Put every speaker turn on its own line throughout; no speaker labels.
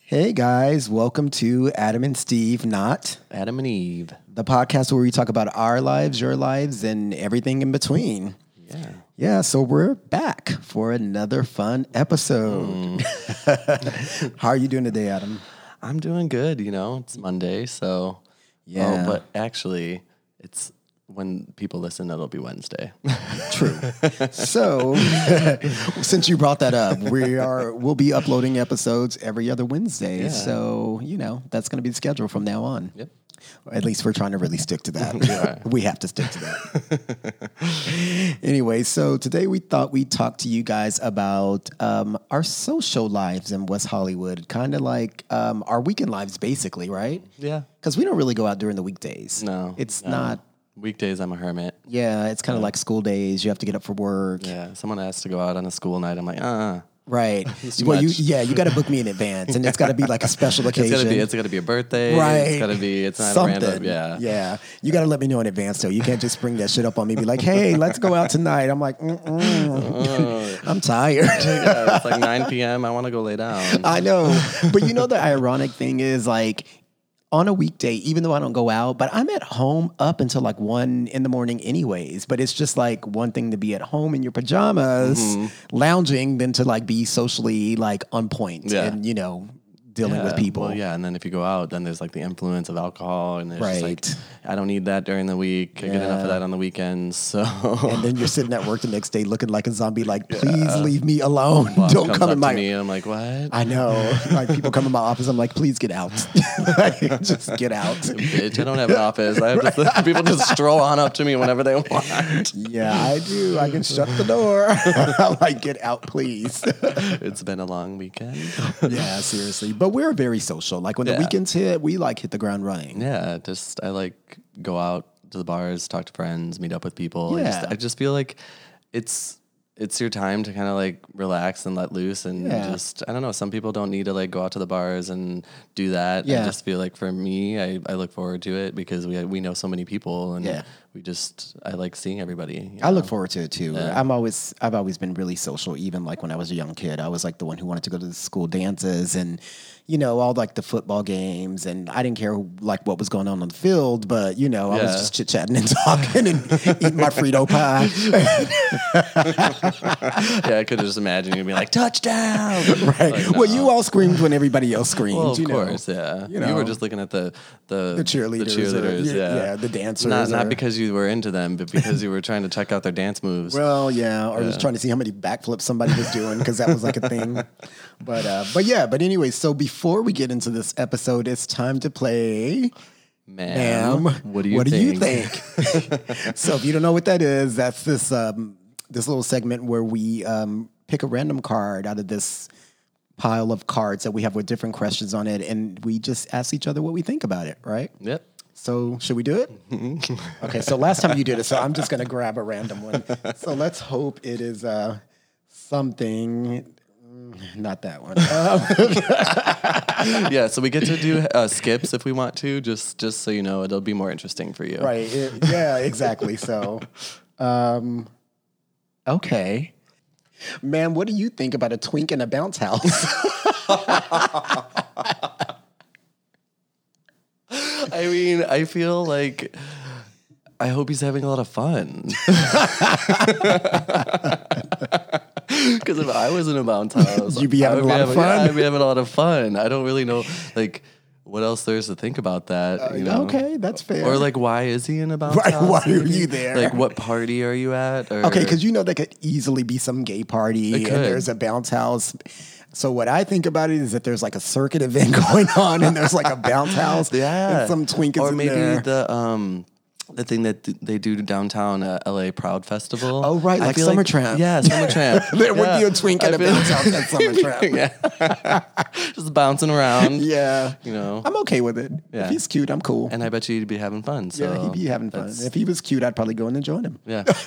Hey guys, welcome to Adam and Steve Not,
Adam and Eve.
the podcast where we talk about our lives, your lives, and everything in between.
Yeah.
Yeah, so we're back for another fun episode.
Hmm.
How are you doing today, Adam?
I'm doing good, you know. It's Monday, so
Yeah.
Oh, but actually, it's when people listen, it'll be Wednesday.
True. so, since you brought that up, we are we'll be uploading episodes every other Wednesday.
Yeah.
So, you know, that's going to be the schedule from now on.
Yep.
At least we're trying to really stick to that. we have to stick to that. anyway, so today we thought we'd talk to you guys about um, our social lives in West Hollywood, kind of like um, our weekend lives, basically, right?
Yeah.
Because we don't really go out during the weekdays.
No.
It's
no.
not,
weekdays. I'm a hermit.
yeah, it's kind of like school days. You have to get up for work.
Yeah. Someone asked to go out on a school night. I'm like, uh. uh
Right.
too
Well, you
much.
yeah, you got to book me in advance, and it's got to be like a special
It's
occasion.
gotta be. It's gotta be a birthday.
right.
It's gotta be. It's not
Something.
a random. Yeah.
Yeah. You got to let me know in advance, though. You can't just bring that shit up on me. Be like, hey, let's go out tonight. I'm like, Mm-mm. I'm tired.
Yeah, it's like 9 p.m. I want to go lay down.
I know. But you know, the ironic thing is like. On a weekday, even though I don't go out, but I'm at home up until like one in the morning, anyways. But it's just like one thing to be at home in your pajamas,
Mm-hmm.
lounging, than to like be socially like on point
Yeah.
and you know dealing
Yeah,
with people.
Well, yeah, and then if you go out, then there's like the influence of alcohol, and it's
Right.
just like I don't need that during the week. I get enough
Yeah.
of that on the weekends. So
And then you're sitting at work the next day looking like a zombie, like, please leave me alone.
boss
Don't
comes
come
up
in
to
my.
me, and I'm like, what?
I know. Like, people come in my office. I'm like, please get out. Like, just get out.
Bitch, I don't have an office. I have to, people just stroll on up to me whenever they want.
Yeah, I do. I can shut the door. I'm like, get out, please.
It's been a long weekend.
yeah, seriously. But we're very social. Like, when the
Yeah.
weekends hit, we like hit the ground running.
Yeah, just I like go out to the bars, talk to friends, meet up with people. I,
Yeah.
just, I just feel like it's it's your time to kind of like relax and let loose and
Yeah.
just I don't know. Some people don't need to like go out to the bars and do that.
Yeah.
I just feel like for me, I, I look forward to it because we we know so many people and
Yeah.
we just I like seeing everybody. you
I look forward to it too. I'm always I've always been really social. Even like when I was a young kid, I was like the one who wanted to go to the school dances and you know all like the football games, and I didn't care who, like what was going on on the field, but you know I was
Yeah.
just chit chatting and talking and eating my Frito pie.
yeah, I could just imagine you'd be like touchdown.
right. Well, you all screamed when everybody else screamed.
Well, of
you know.
course, yeah.
You
You,
know.
were just looking at the the,
The cheerleaders or-
cheerleaders,
yeah,
yeah,
yeah, the dancers
Not,
or-
not because you were into them, but because you were trying to check out their dance moves.
Well, yeah, or just trying to see how many backflips somebody was doing because that was like a thing. But uh, but yeah, but anyway, so before we get into this episode, it's time to play.
Ma'am, what do you think?
think? so if you don't know what that is, that's this um, this little segment where we um, pick a random card out of this pile of cards that we have with different questions on it, and we just ask each other what we think about it, right?
Yep.
So should we do it? okay. So last time you did it, so I'm just gonna grab a random one. So let's hope it is uh, something. mm, Not that one. Um,
Yeah. So we get to do uh, skips if we want to, just just so you know, it'll be more interesting for you.
Right. it- yeah, exactly. So, um, okay. Ma'am, what do you think about a twink in a bounce house?
I mean, I feel like I hope he's having a lot of fun. Because if I was in a bounce house,
You'd be
I
having a
would
lot of
yeah,
fun.
I'd be having a lot of fun. I don't really know, like, what else there is to think about that. you
Uh,
know?
okay, that's fair.
Or like, why is he in a bounce
Right,
house?
why are
maybe?
you there?
Like, what party are you at? Or,
okay, because you know there could easily be some gay party and
could.
there's a bounce house. So what I think about it is that there's like a circuit event going on and there's like a bounce house.
yeah,
And some twink is
or
in
maybe
there.
the um. The thing that th- they do downtown, uh, LA Proud Festival.
Oh, right,
I
like
feel
Summertramp.
Yeah, Summertramp.
there would
Yeah.
be a twink in
I
a
feel-
bounce house at Summer Trap.
just bouncing around.
Yeah.
You know.
I'm okay with it. If
Yeah.
he's cute, I'm cool.
And I bet you he'd be having fun. So
yeah, he'd be having fun.
that's-
If he was cute, I'd probably go in and join him.
Yeah.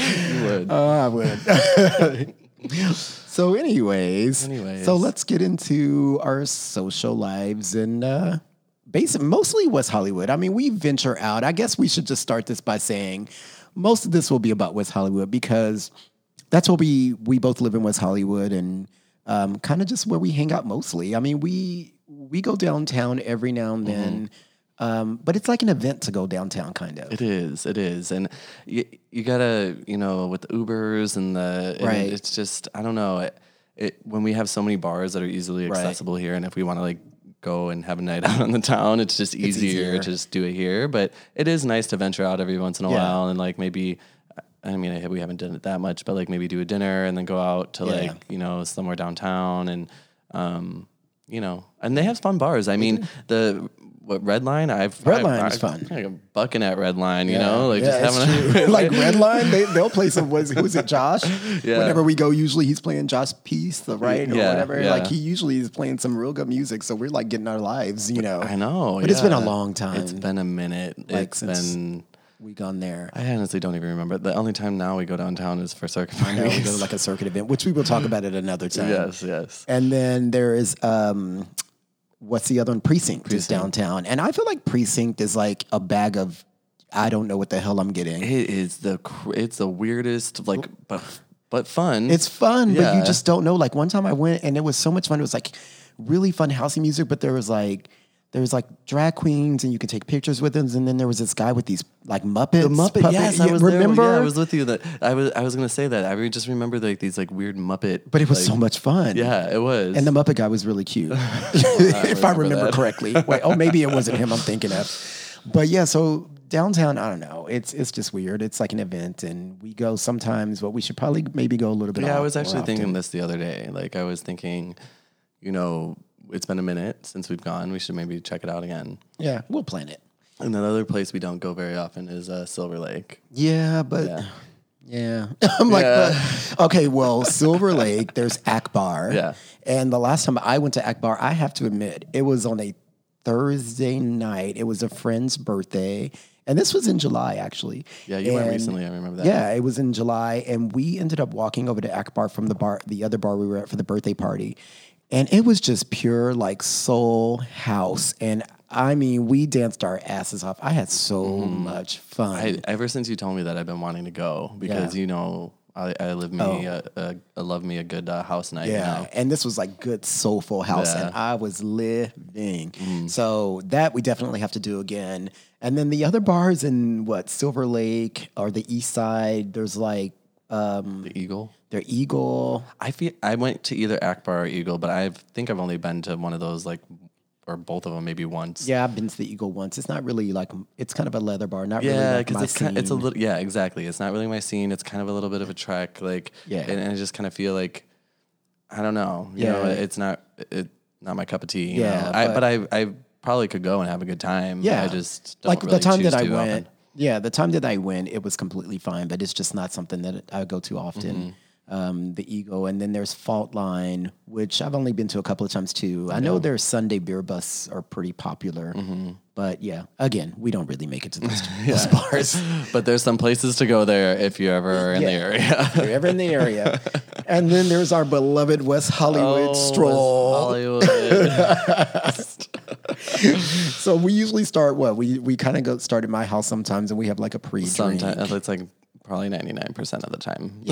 you would.
Oh, I would. so, anyways,
Anyways.
so let's get into our social lives and uh, basic, mostly West Hollywood. I mean, we venture out. I guess we should just start this by saying most of this will be about West Hollywood because that's what we we both live in West Hollywood and. um, kind of just where we hang out mostly. I mean, we we go downtown every now and then, um, but it's like an event to go downtown, kind of.
It is. It is. And you, you gotta, you know, with the Ubers and the, and
Right.
it's just, I don't know. It, it, when we have so many bars that are easily accessible here, and if we want to like go and have a night out on the town, it's just easier,
easier.
to just do it here. But it is nice to venture out every once in a
Yeah.
while and like maybe, I mean, I, we haven't done it that much, but like maybe do a dinner and then go out to like, you know, somewhere downtown and, um, you know, and they have fun bars. I mean, the, what red line? I've
Red
I've-
Line is
I've-
fun.
like I'm bucking at red line, you know, like
Yeah,
just
it's
having
true. like Redline, they they'll play some. Was who's it? Josh.
Yeah.
Whenever we go, usually he's playing Josh Peace, the right or
Yeah,
whatever.
yeah.
Like he usually is playing some real good music, so we're like getting our lives, you know.
I know,
but it's been a
yeah.
long time.
It's been a minute.
Like,
it's
since-
been.
we gone there.
I honestly don't even remember. The only time now we go downtown is for circuit
I know, we go to
parties.
like um, a circuit event, which we will talk about at another time.
yes, yes.
And then there is um, what's the other one? Precinct, is downtown, and I feel like precinct is like a bag of I don't know what the hell I'm getting.
It is the cr- it's the weirdest like but but fun.
It's fun, but
Yeah.
you just don't know. Like one time I went and it was so much fun. It was like really fun housey music, but there was like there was like drag queens and you could take pictures with them. And then there was this guy with these like Muppets.
The Muppet,
puppet-
yes,
Yeah,
I was
remember.
There, yeah, I was with you. That I was. I was gonna say that. I re- just remember like these like weird Muppet.
but it was
like-
so much fun.
Yeah, it was.
And the Muppet guy was really cute, if I
remember
remember
that.
correctly. Wait, oh, maybe it wasn't him I'm thinking of. But yeah, so downtown, I don't know. It's it's just weird. It's like an event, and we go sometimes, but we should probably maybe go a little bit.
Yeah, I
off
was
more
actually
often.
thinking this the other day. Like I was thinking, you know, it's been a minute since we've gone. We should maybe check it out again.
Yeah, we'll plan it.
And another place we don't go very often is uh, Silver Lake.
Yeah, but yeah.
Yeah.
I'm like,
Yeah.
but- okay, well, Silver Lake, there's Akbar.
Yeah.
And the last time I went to Akbar, I have to admit, it was on a Thursday night. It was a friend's birthday. And this was in July, actually.
Yeah, you went
And-
recently. I remember that.
Yeah, it was in July, and we ended up walking over to Akbar from the bar, the other bar we were at for the birthday party, and it was just pure like soul house, and I mean, we danced our asses off. I had so much fun.
Mm-hmm. I, ever since you told me that, I've been wanting to go because
Yeah.
you know I, I live me a, a, a love me a good uh, house night.
Yeah.
Oh. Yeah.
And this was like good soulful house and I was living.
Mm.
So that we definitely have to do again. And then the other bars in what Silver Lake or the East Side, there's like um
The Eagle.
their Eagle.
I feel I went to either Akbar or Eagle, but I think I've only been to one of those like or both of them maybe once.
Yeah, I've been to the Eagle once. It's not really like it's kind of a leather bar, not really
Yeah,
like
because
my
it's kind it's a
scene.
little yeah exactly. It's not really my scene. It's kind of a little bit of a trek. Like
Yeah.
and, and I just kind of feel like I don't know. You know,
Yeah.
it's not it not my cup of tea. You
Yeah,
know? I, but I I probably could go and have a good time.
yeah.
I just don't
like
really
the time
choose
that I
to
went.
often.
Yeah, the time that I went, it was completely fine, but it's just not something that I go to often.
Mm-hmm.
Um, the ego, and then there's Fault Line, which I've only been to a couple of times too. I know their Sunday beer busts are pretty popular,
Mm-hmm.
but yeah, again, we don't really make it to those, those bars.
But there's some places to go there if you ever are in the
Yeah.
area.
If you're ever in the area, and then there's our beloved West
Oh,
Hollywood stroll.
Hollywood.
So we usually start what we we kind of go start at my house sometimes, and we have like a pre drink.
Sometimes it's like probably 99% of the time.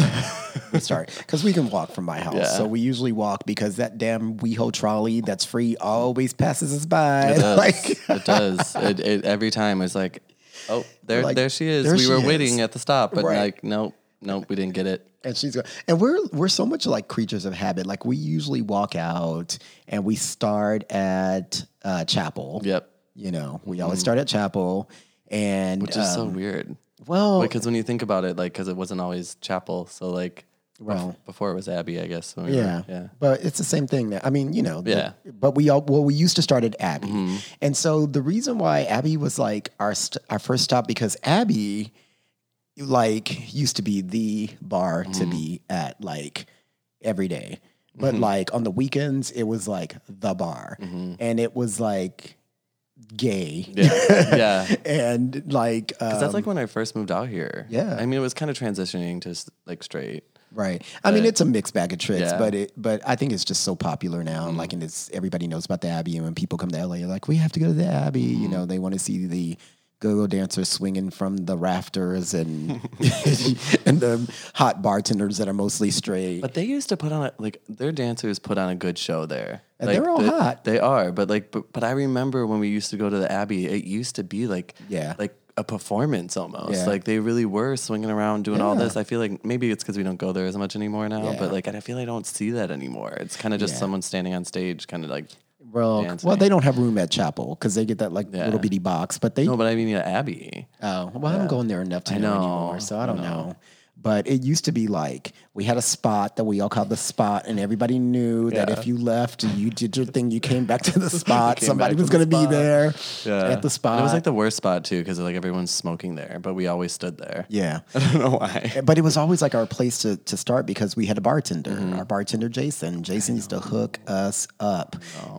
we start because we can walk from my house,
Yeah.
so we usually walk because that damn WeHo trolley that's free always passes us by.
It does.
Like
it does. It, it, every time it's like, oh, there,
Like,
there she is.
there
we
she
were
is.
waiting at the stop, but
Right.
like, nope, nope, we didn't get it.
And she's going, and we're we're so much like creatures of habit. Like we usually walk out and we start at uh, chapel.
Yep.
You know, we always start at chapel, and
Mm-hmm.
uh,
Which is so weird.
Um, well,
Because when you think about it, like, because it wasn't always chapel. So, like, bef-
Well.
before it was Abby, I guess. when we were-
yeah,
yeah.
But it's the same thing. That I mean, you know. the-
Yeah. Mm-hmm.
but we all well, we used to start at Abbey, and so the reason why Abbey was like our st- our first stop because Abbey, like, used to be the bar
Mm-hmm.
to be at like every day, but like on the weekends it was like the bar,
Mm-hmm.
and it was like gay,
Yeah. yeah.
and like
Because
um,
that's like when I first moved out here.
Yeah.
I mean, it was kind of transitioning to s- like straight.
Right. I mean, it's a mixed bag of tricks,
Yeah. Mm-hmm.
but it, but I think it's just so popular now. Like, and
Mm-hmm.
it's everybody knows about the Abbey, and when people come to LA, they're like, we have to go to the Abbey. You know, they want to see the go-go dancers swinging from the rafters and and the hot bartenders that are mostly straight.
But they used to put on a, like their dancers put on a good show there.
And
Like,
they're all
the-
hot.
They are, but like, but, but I remember when we used to go to the Abbey, it used to be like,
Yeah.
like a performance almost.
Yeah.
Like they really were swinging around doing all
Yeah.
this. I feel like maybe it's because we don't go there as much anymore now,
Yeah.
but like I feel I don't see that anymore. It's kind of just
Yeah.
someone standing on stage, kind of like
well,
dancing.
well, they don't have room at chapel because they get that like
Yeah.
little bitty box, but they
no, but I mean the Abbey.
Oh, well, I don't go in there enough to
I
know,
know,
anymore, so I
I
don't know.
know.
But it used to be like we had a spot that we all called the spot, and everybody knew that
Yeah.
if you left, you did your thing, you came back to the spot.
came
Somebody
back to
was
the
going to be
spot.
there
Yeah.
at the spot.
And Uh, it was like the worst spot too, because like everyone's smoking there, but we always stood there.
yeah.
I don't know why.
Eh, But it was always like our place to, to start because we had a bartender, our bartender Jason. Jason used to hook us up.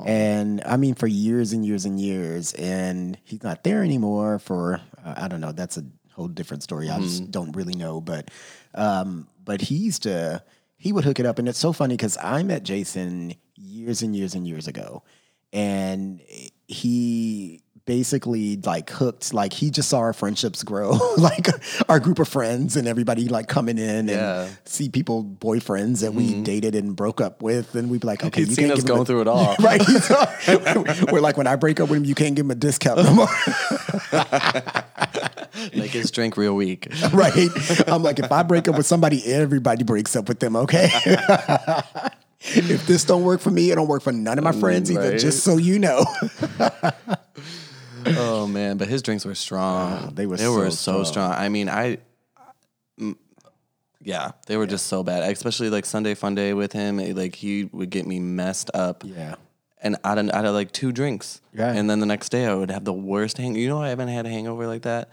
And I mean, for years and years and years. And he's not there anymore for, uh, I don't know, that's a whole different story. I just don't really know. But, um, but he used to, he would hook it up. And it's so funny because I met Jason years and years and years ago. And he, basically like hooked like he just saw our friendships grow like our group of friends and everybody like coming in
Yeah.
and see people boyfriends that we dated and broke up with and we'd be like okay
He's
you
seen
can't
us
give him
going
a-
through it all.
right we're like when i break up with him you can't give him a discount no more
Make his drink real weak.
right i'm like if i break up with somebody everybody breaks up with them okay if this don't work for me it don't work for none of my friends either
Mm, Right.
just so you know
Oh man, but his drinks were strong.
Ah, they were
they
so
were so strong. I mean, I, mm, yeah, they were just so bad. Especially like Sunday Fun Day with him, it, like he would get me messed up.
yeah
And out of, out of like two drinks,
Yeah.
and then the next day I would have the worst hang. You know, I haven't had a hangover like that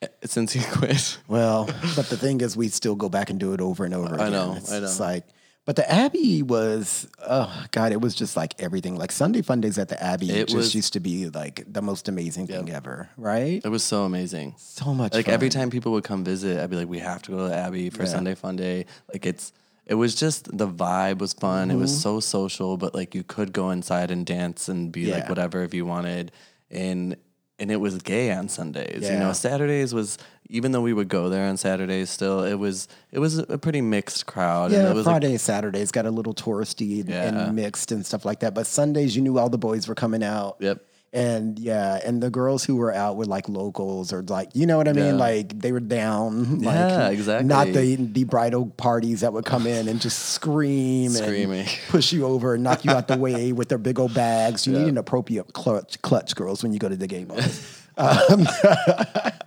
eh, since he quit.
Well, but the thing is, we still go back and do it over and over again.
know,
It's
I know.
just like, but the Abbey was, oh God, it was just like everything. Like Sunday fun days at the Abbey
It
just
was-
used to be like the most amazing thing ever, right?
It was so amazing.
So much
Like
fun.
every time people would come visit, I'd be like, "We have to go to the Abbey for Sunday Fun Day." Like it's, it was just the vibe was fun. It
Mm-hmm.
was so social, but like you could go inside and dance and be
Yeah.
like whatever if you wanted, and and it was gay on Sundays. You
Yeah.
know, Saturdays was even though we would go there on Saturdays, still it was it was a pretty mixed crowd. and
Yeah,
it was like,
Friday, Saturdays got a little touristy and,
Yeah.
and mixed and stuff like that. But Sundays, you knew all the boys were coming out.
Yep.
And yeah, and the girls who were out were like locals or like you know what I mean.
Yeah.
Like they were down. Like,
Yeah, exactly.
Not the the bridal parties that would come in and just scream, and
Screaming.
push you over, and knock you out the way with their big old bags. You need an appropriate clutch, clutch, girls, when you go to the gay bars. um,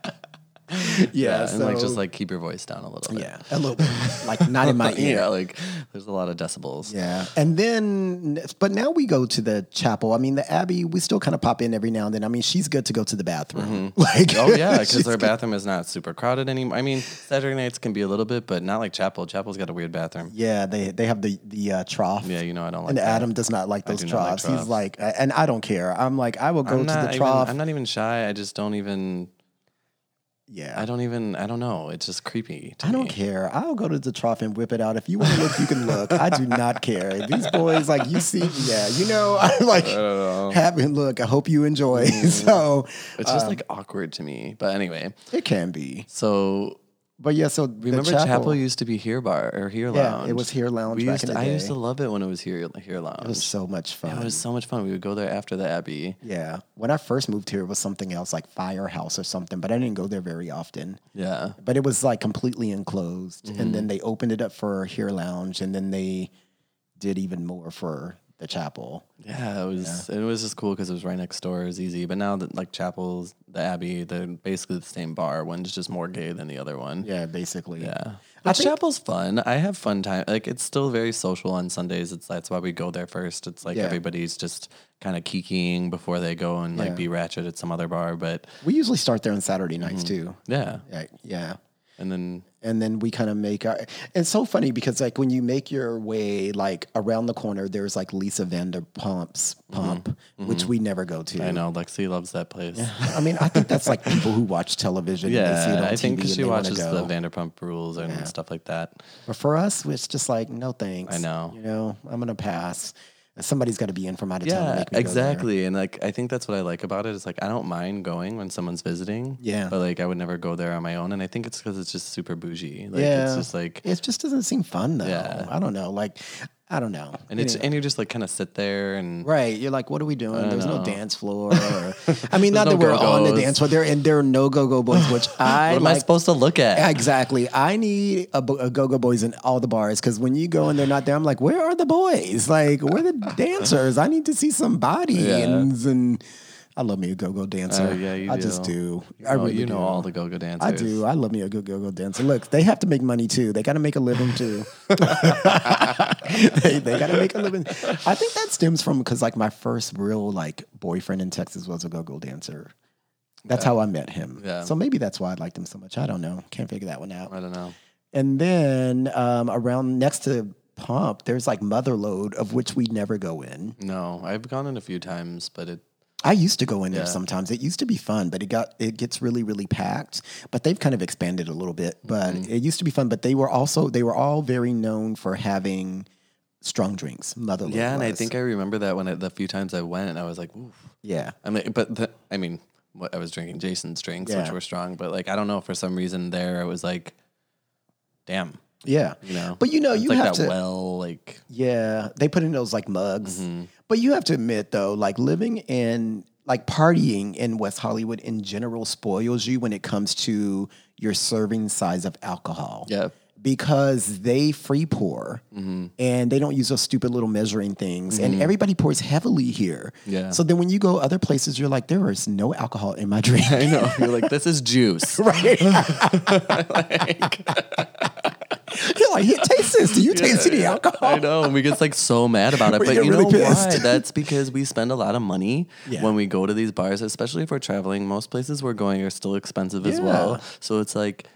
yeah,
yeah, and like
so-
just like keep your voice down a little bit.
yeah, a little bit, like not in my ear.
yeah, like there's a lot of decibels.
Yeah. And then, but now we go to the chapel. I mean, the Abbey, we still kind of pop in every now and then. I mean, she's good to go to the bathroom. Like,
Oh yeah, because
she's
their
good-
bathroom is not super crowded anymore. I mean, Saturday nights can be a little bit, but not like chapel. Chapel's got a weird bathroom.
Yeah, they, they have the, the uh, trough.
Yeah, you know I don't like.
And
that.
Adam does not like those
do not like
troughs. He's
troughs.
like, uh, and I don't care. I'm like, I will go to
I'm not
the
even,
trough.
I'm not even shy. I just don't even.
yeah.
I don't even. I don't know. It's just creepy. To
I don't
me.
care. I'll go to the trough and whip it out. If you want to look, you can look. I do not care. These boys, like you see, yeah, you know, I'm like, having look. I hope you enjoy. so
Mm-hmm. It's
Um,
just like awkward to me. But anyway,
it can be,
so
but yeah. So
remember
the
chapel, used to be here bar or here
Yeah,
lounge.
it was Here Lounge
We
back
used
in
to,
the
I used
day.
to love it when it was here here lounge.
It was so much fun.
it was so much fun. We would go there after the Abbey.
yeah. When I first moved here, it was something else like Firehouse or something, but I didn't go there very often.
Yeah.
But it was like completely enclosed. And
Mm-hmm.
then they opened it up for Here Lounge and then they did even more for the chapel.
Yeah, it was it was just cool because it was right next door. It was easy. But now that like chapels, the Abbey, they're basically the same bar. One's just more gay than the other one.
Yeah, basically.
Yeah. But chapel's fun. I have fun time. Like it's still very social on Sundays. It's that's why we go there first. It's like
Yeah.
everybody's just kind of kikiing before they go and like be ratchet at some other bar. But
We usually start there on Saturday nights
Mm-hmm.
too.
yeah.
Right. Yeah.
And then
and then we kind of make our it's so funny because like when you make your way like around the corner there's like lisa vanderpump's
Mm-hmm.
pump which we never go to
I know Lexi loves that place. Yeah.
i mean i think that's like people who watch television and they see it on
I think
TV
because
and
she
they wanna
watches
go.
the Vanderpump Rules and stuff like that.
but for us it's just like no thanks
I know.
you know i'm gonna pass somebody's got to be in from out of town. to
Yeah,
make me go there.
exactly. And like, I think that's what I like about it is like, I don't mind going when someone's visiting.
Yeah.
But like, I would never go there on my own. And I think it's because it's just super bougie. Like,
yeah,
it's just like,
it just doesn't seem fun though.
Yeah.
I don't know. Like, I don't know.
and it's, and you just like kind of sit there and
Right, you're like, what are we doing? There's no
know.
dance floor. Or, I mean, not that
There's no
we're on the
go-go's.
dance floor. There and there are no go-go boys, which I
what am I
like
supposed to look at?
Yeah, Exactly. I need a, bo- a go-go boys in all the bars because when you go and they're not there, I'm like, where are the boys? Like, where are the dancers? I need to see some bodies and I love me a go-go dancer.
Oh, yeah, you
I just do. I
oh,
really
you know
do.
all the go-go dancers.
I do. I love me a good go-go dancer. Look, they have to make money too. They got to make a living too. they they got to make a living. I think that stems from because like my first real like boyfriend in Texas was a go-go dancer. That's how I met him.
Yeah.
So maybe that's why I liked him so much. I don't know. Can't figure that one out.
I don't know.
And then um, around next to Pump, there's like Motherload, of which we never go in.
No, I've gone in a few times, but it,
I used to go in there sometimes. It used to be fun, but it got it gets really really packed. But they've kind of expanded a little bit. But
Mm-hmm.
it used to be fun. But they were also they were all very known for having strong drinks. Motherload.
yeah. And I
was.
think I remember that when I, the few times I went and I was like, Oof.
yeah.
I mean, but the, I mean, what I was drinking Jason's drinks,
Yeah.
which were strong, but like I don't know for some reason there it was like, damn,
Yeah.
you know.
But you know,
it's
you
like
have
that
to
well, like
Yeah, they put in those like mugs.
Mm-hmm.
But you have to admit though, like living in like partying in West Hollywood in general spoils you when it comes to your serving size of alcohol.
Yeah. Mm-hmm.
Because they free pour and they don't use those stupid little measuring things. And everybody pours heavily here.
Yeah.
So then when you go other places, you're like, there is no alcohol in my drink.
I know you're like this is juice.
Right. You're like, here, taste this. Do you taste any alcohol?
I know, and we get like so mad about it.
We
But
get
you know
really
why?
pissed.
That's because we spend a lot of money
Yeah.
when we go to these bars, especially if we're traveling. Most places we're going are still expensive as
Yeah.
well. So it's like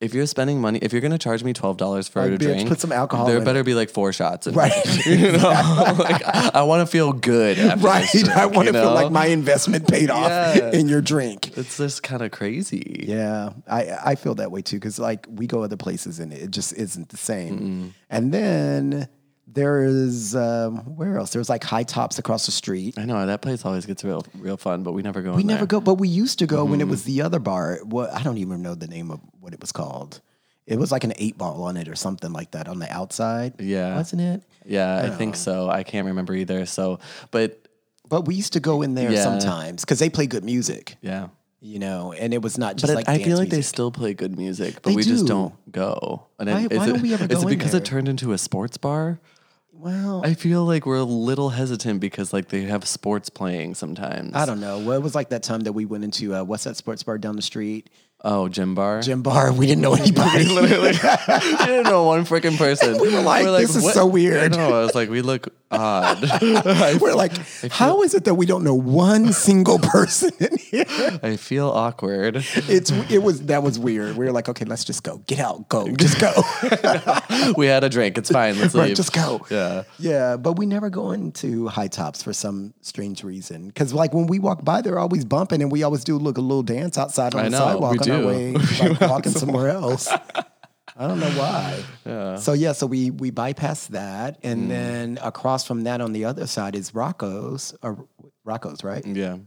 if you're spending money, if you're gonna charge me twelve dollars for
Like,
a
bitch,
drink,
put some alcohol
There
in
better be like four shots, in
Right.
there. you know, like I want to feel good. After
Right.
this drink,
I want to
you
feel like
know?
my investment paid off
Yeah.
in your drink.
It's just kind of crazy.
Yeah, I, I feel that way too because like we go other places and it just isn't the same. And then there is um, where else? There's like high tops across the street.
I know that place always gets real, real fun, but we never go.
We
in
never
there.
go, but we used to go when it was the other bar. What I don't even know the name of what it was called. It was like an eight ball on it or something like that on the outside.
Yeah.
wasn't it?
Yeah, I
Oh.
think so. I can't remember either. So, but
But we used to go in there
Yeah.
sometimes because they play good music,
yeah.
you know, and it was not just
But
like
I
dance
feel like they
music.
still play good music, but
They
we just
do.
don't go. And
Why-
it,
why
it-
don't we ever
is
go
it
in
because
there?
it turned into a sports bar?
well,
I feel like we're a little hesitant because like they have sports playing sometimes.
I don't know. Well, it was like that time that we went into uh, what's that sports bar down the street?
Oh, gym bar.
Gym bar. We didn't know anybody.
Literally, I didn't know one freaking person.
We were like, "This is
what?"
so weird.
I know. I was like, we look odd. I,
We're like, how is it that we don't know one single person in here?
I feel awkward.
It's it was that was weird. We were like, okay, let's just go. Get out. Go. Just go.
we had a drink. It's fine. Let's
Right,
leave.
just go.
Yeah.
Yeah, but we never go into high tops for some strange reason. Because like when we walk by, they're always bumping, and we always do look a little dance outside on
I
the
know,
sidewalk
we
on our
do.
way, like walking somewhere else. I don't know why. So yeah, so we we bypass that,
Mm.
and then across from that on the other side is Rocco's or Rocco's, right?
Yeah.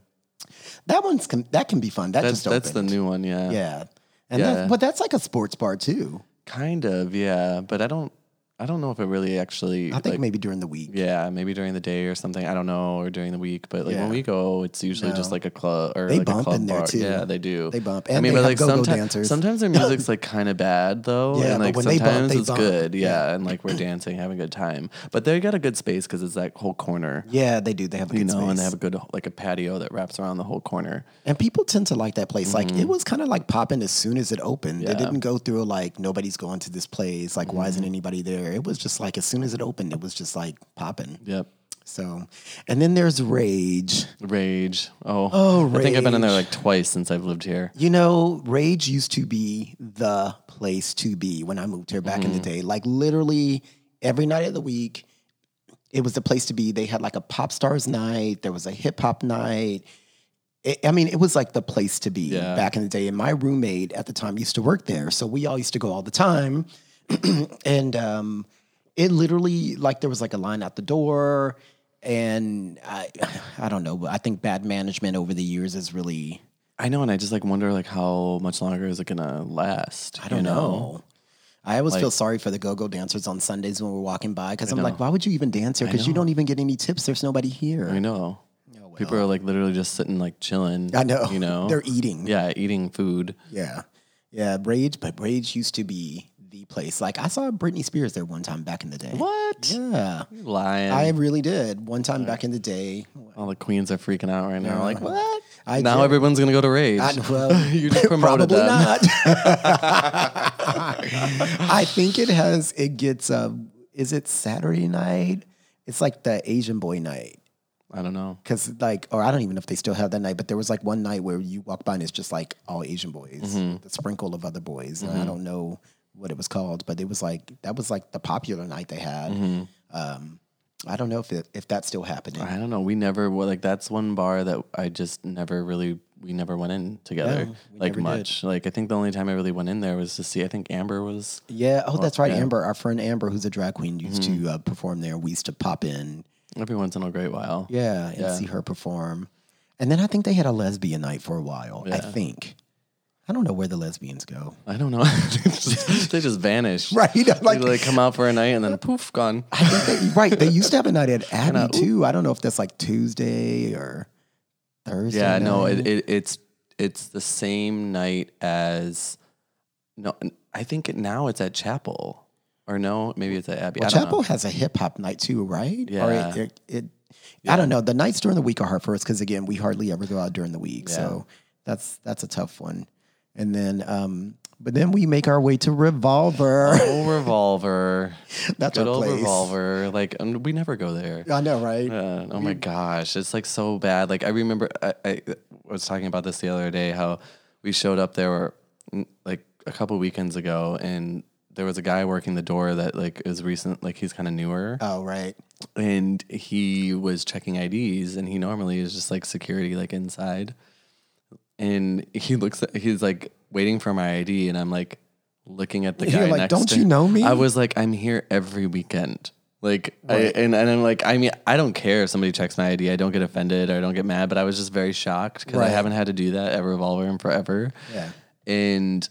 That one's can, that can be fun. That
That's
just opened.
that's the new one. Yeah.
yeah, and
Yeah.
That, but that's like a sports bar too.
Kind of. Yeah. But I don't. I don't know if it really actually.
I think
like,
maybe during the week.
Yeah, maybe during the day or something. I don't know, or during the week. But like
Yeah.
when we go, it's usually just
No.
like a club or
They
like
bump
a club
in there,
bar.
too.
Yeah, they do.
They bump. And they have
like
go-go
someti-
dancers.
sometimes their music's like kind of bad though.
Yeah,
and
but
like
when they bump,
sometimes
they
it's
bump.
good. Yeah, and like we're dancing, having a good time. But they got a good space because it's that whole corner.
Yeah, they do. They have a good
You know,
space.
and they have a good like a patio that wraps around the whole corner.
And people tend to like that place. Like it was kind of like popping as soon as it opened. They
Yeah.
didn't go through like nobody's going to this place. Like why isn't anybody there? It was just like as soon as it opened, it was just like popping.
Yep.
So, and then there's Rage.
Rage. Oh,
Oh,
I think I've been in there
Rage.
like twice since I've lived here.
You know, Rage used to be the place to be when I moved here back in the day. Like literally every night of the week, it was the place to be. They had like a pop stars night. There was a hip hop night. It, I mean, it was like the place to be
Yeah.
back in the day. And my roommate at the time used to work there, so we all used to go all the time. and um, it literally like there was like a line out the door. and I, I don't know, but I think bad management over the years has really.
I know, and I just like wonder like how much longer is it gonna last?
I don't
you
know? I always feel
Like-
sorry for the go-go dancers on Sundays when we're walking by because I'm like,
know.
why would you even dance here? Because you
know.
don't even get any tips. There's nobody here.
I know. People are like literally just sitting like chilling.
Oh, I know.
You know.
They're eating.
Yeah, eating food.
Yeah. Yeah. Rage, but Rage used to be the place. Like I saw Britney Spears there one time back in the day.
What?
Yeah.
You lying.
I really did. One time back in the day.
All the queens are freaking out right now. Like what?
I
now
did-
everyone's gonna go to rage.
I, well,
you just promoted
probably
them.
not. I think it has. It gets. Um, is it Saturday night? It's like the Asian boy night.
I don't know.
Cause like, or I don't even know if they still have that night, but there was like one night where you walk by and it's just like all Asian boys,
Mm-hmm.
the sprinkle of other boys. And I don't know what it was called, but it was like that was like the popular night they had.
Mm-hmm.
Um, I don't know if it, if that's still happening.
I don't know. We never were like that's one bar that I just never really we never went in together like much. Like I think the only time I really went in there was to see. I think Amber was.
Yeah. Oh, that's right.
yeah. Mm-hmm.
Amber, our friend Amber, who's a drag queen, used to uh, perform there. We used to pop in,
Every once in a great while.
yeah, and see her perform. And then I think they had a lesbian night for a while. I think. I don't know where the lesbians go.
I don't know. they, just, they just vanish.
Right, I'm
Like,
like-
they like come out for a night and then poof, gone.
I think they, right. They used to have a night at Abbey too. I don't know if that's like Tuesday or Thursday.
Yeah, no,
night.
it, it, it's it's the same night as no. I think it, now it's at Chapel or no, maybe it's at Abbey. I don't
Chapel
know.
has a hip hop night too, right? Or
Yeah.
it, it, it- I don't know. The nights during the week are hard for us because again, we hardly ever go out during the week, so that's that's a tough one. And then, um, but then we make our way to Revolver.
Old revolver.
that's
Good
our
old
place.
revolver. Like and we never go there.
I know, right?
Uh, oh my gosh, it's like so bad. Like I remember, I, I was talking about this the other day. How we showed up there were mm, like a couple weekends ago, and there was a guy working the door that like is recent. Like he's kind of newer,
Oh, right.
and he was checking IDs, and he normally is just like security, like inside. And he looks, at, he's like waiting for my ID, and I'm like looking at the
You're
guy.
like,
next
"Don't
to
you
him."
know me?
I was like, I'm here every weekend. Like, I, and and I'm like, I mean, I don't care if somebody checks my ID. I don't get offended or I don't get mad, but I was just very shocked because I
Right.
haven't had to do that at Revolver in forever.
Yeah.
And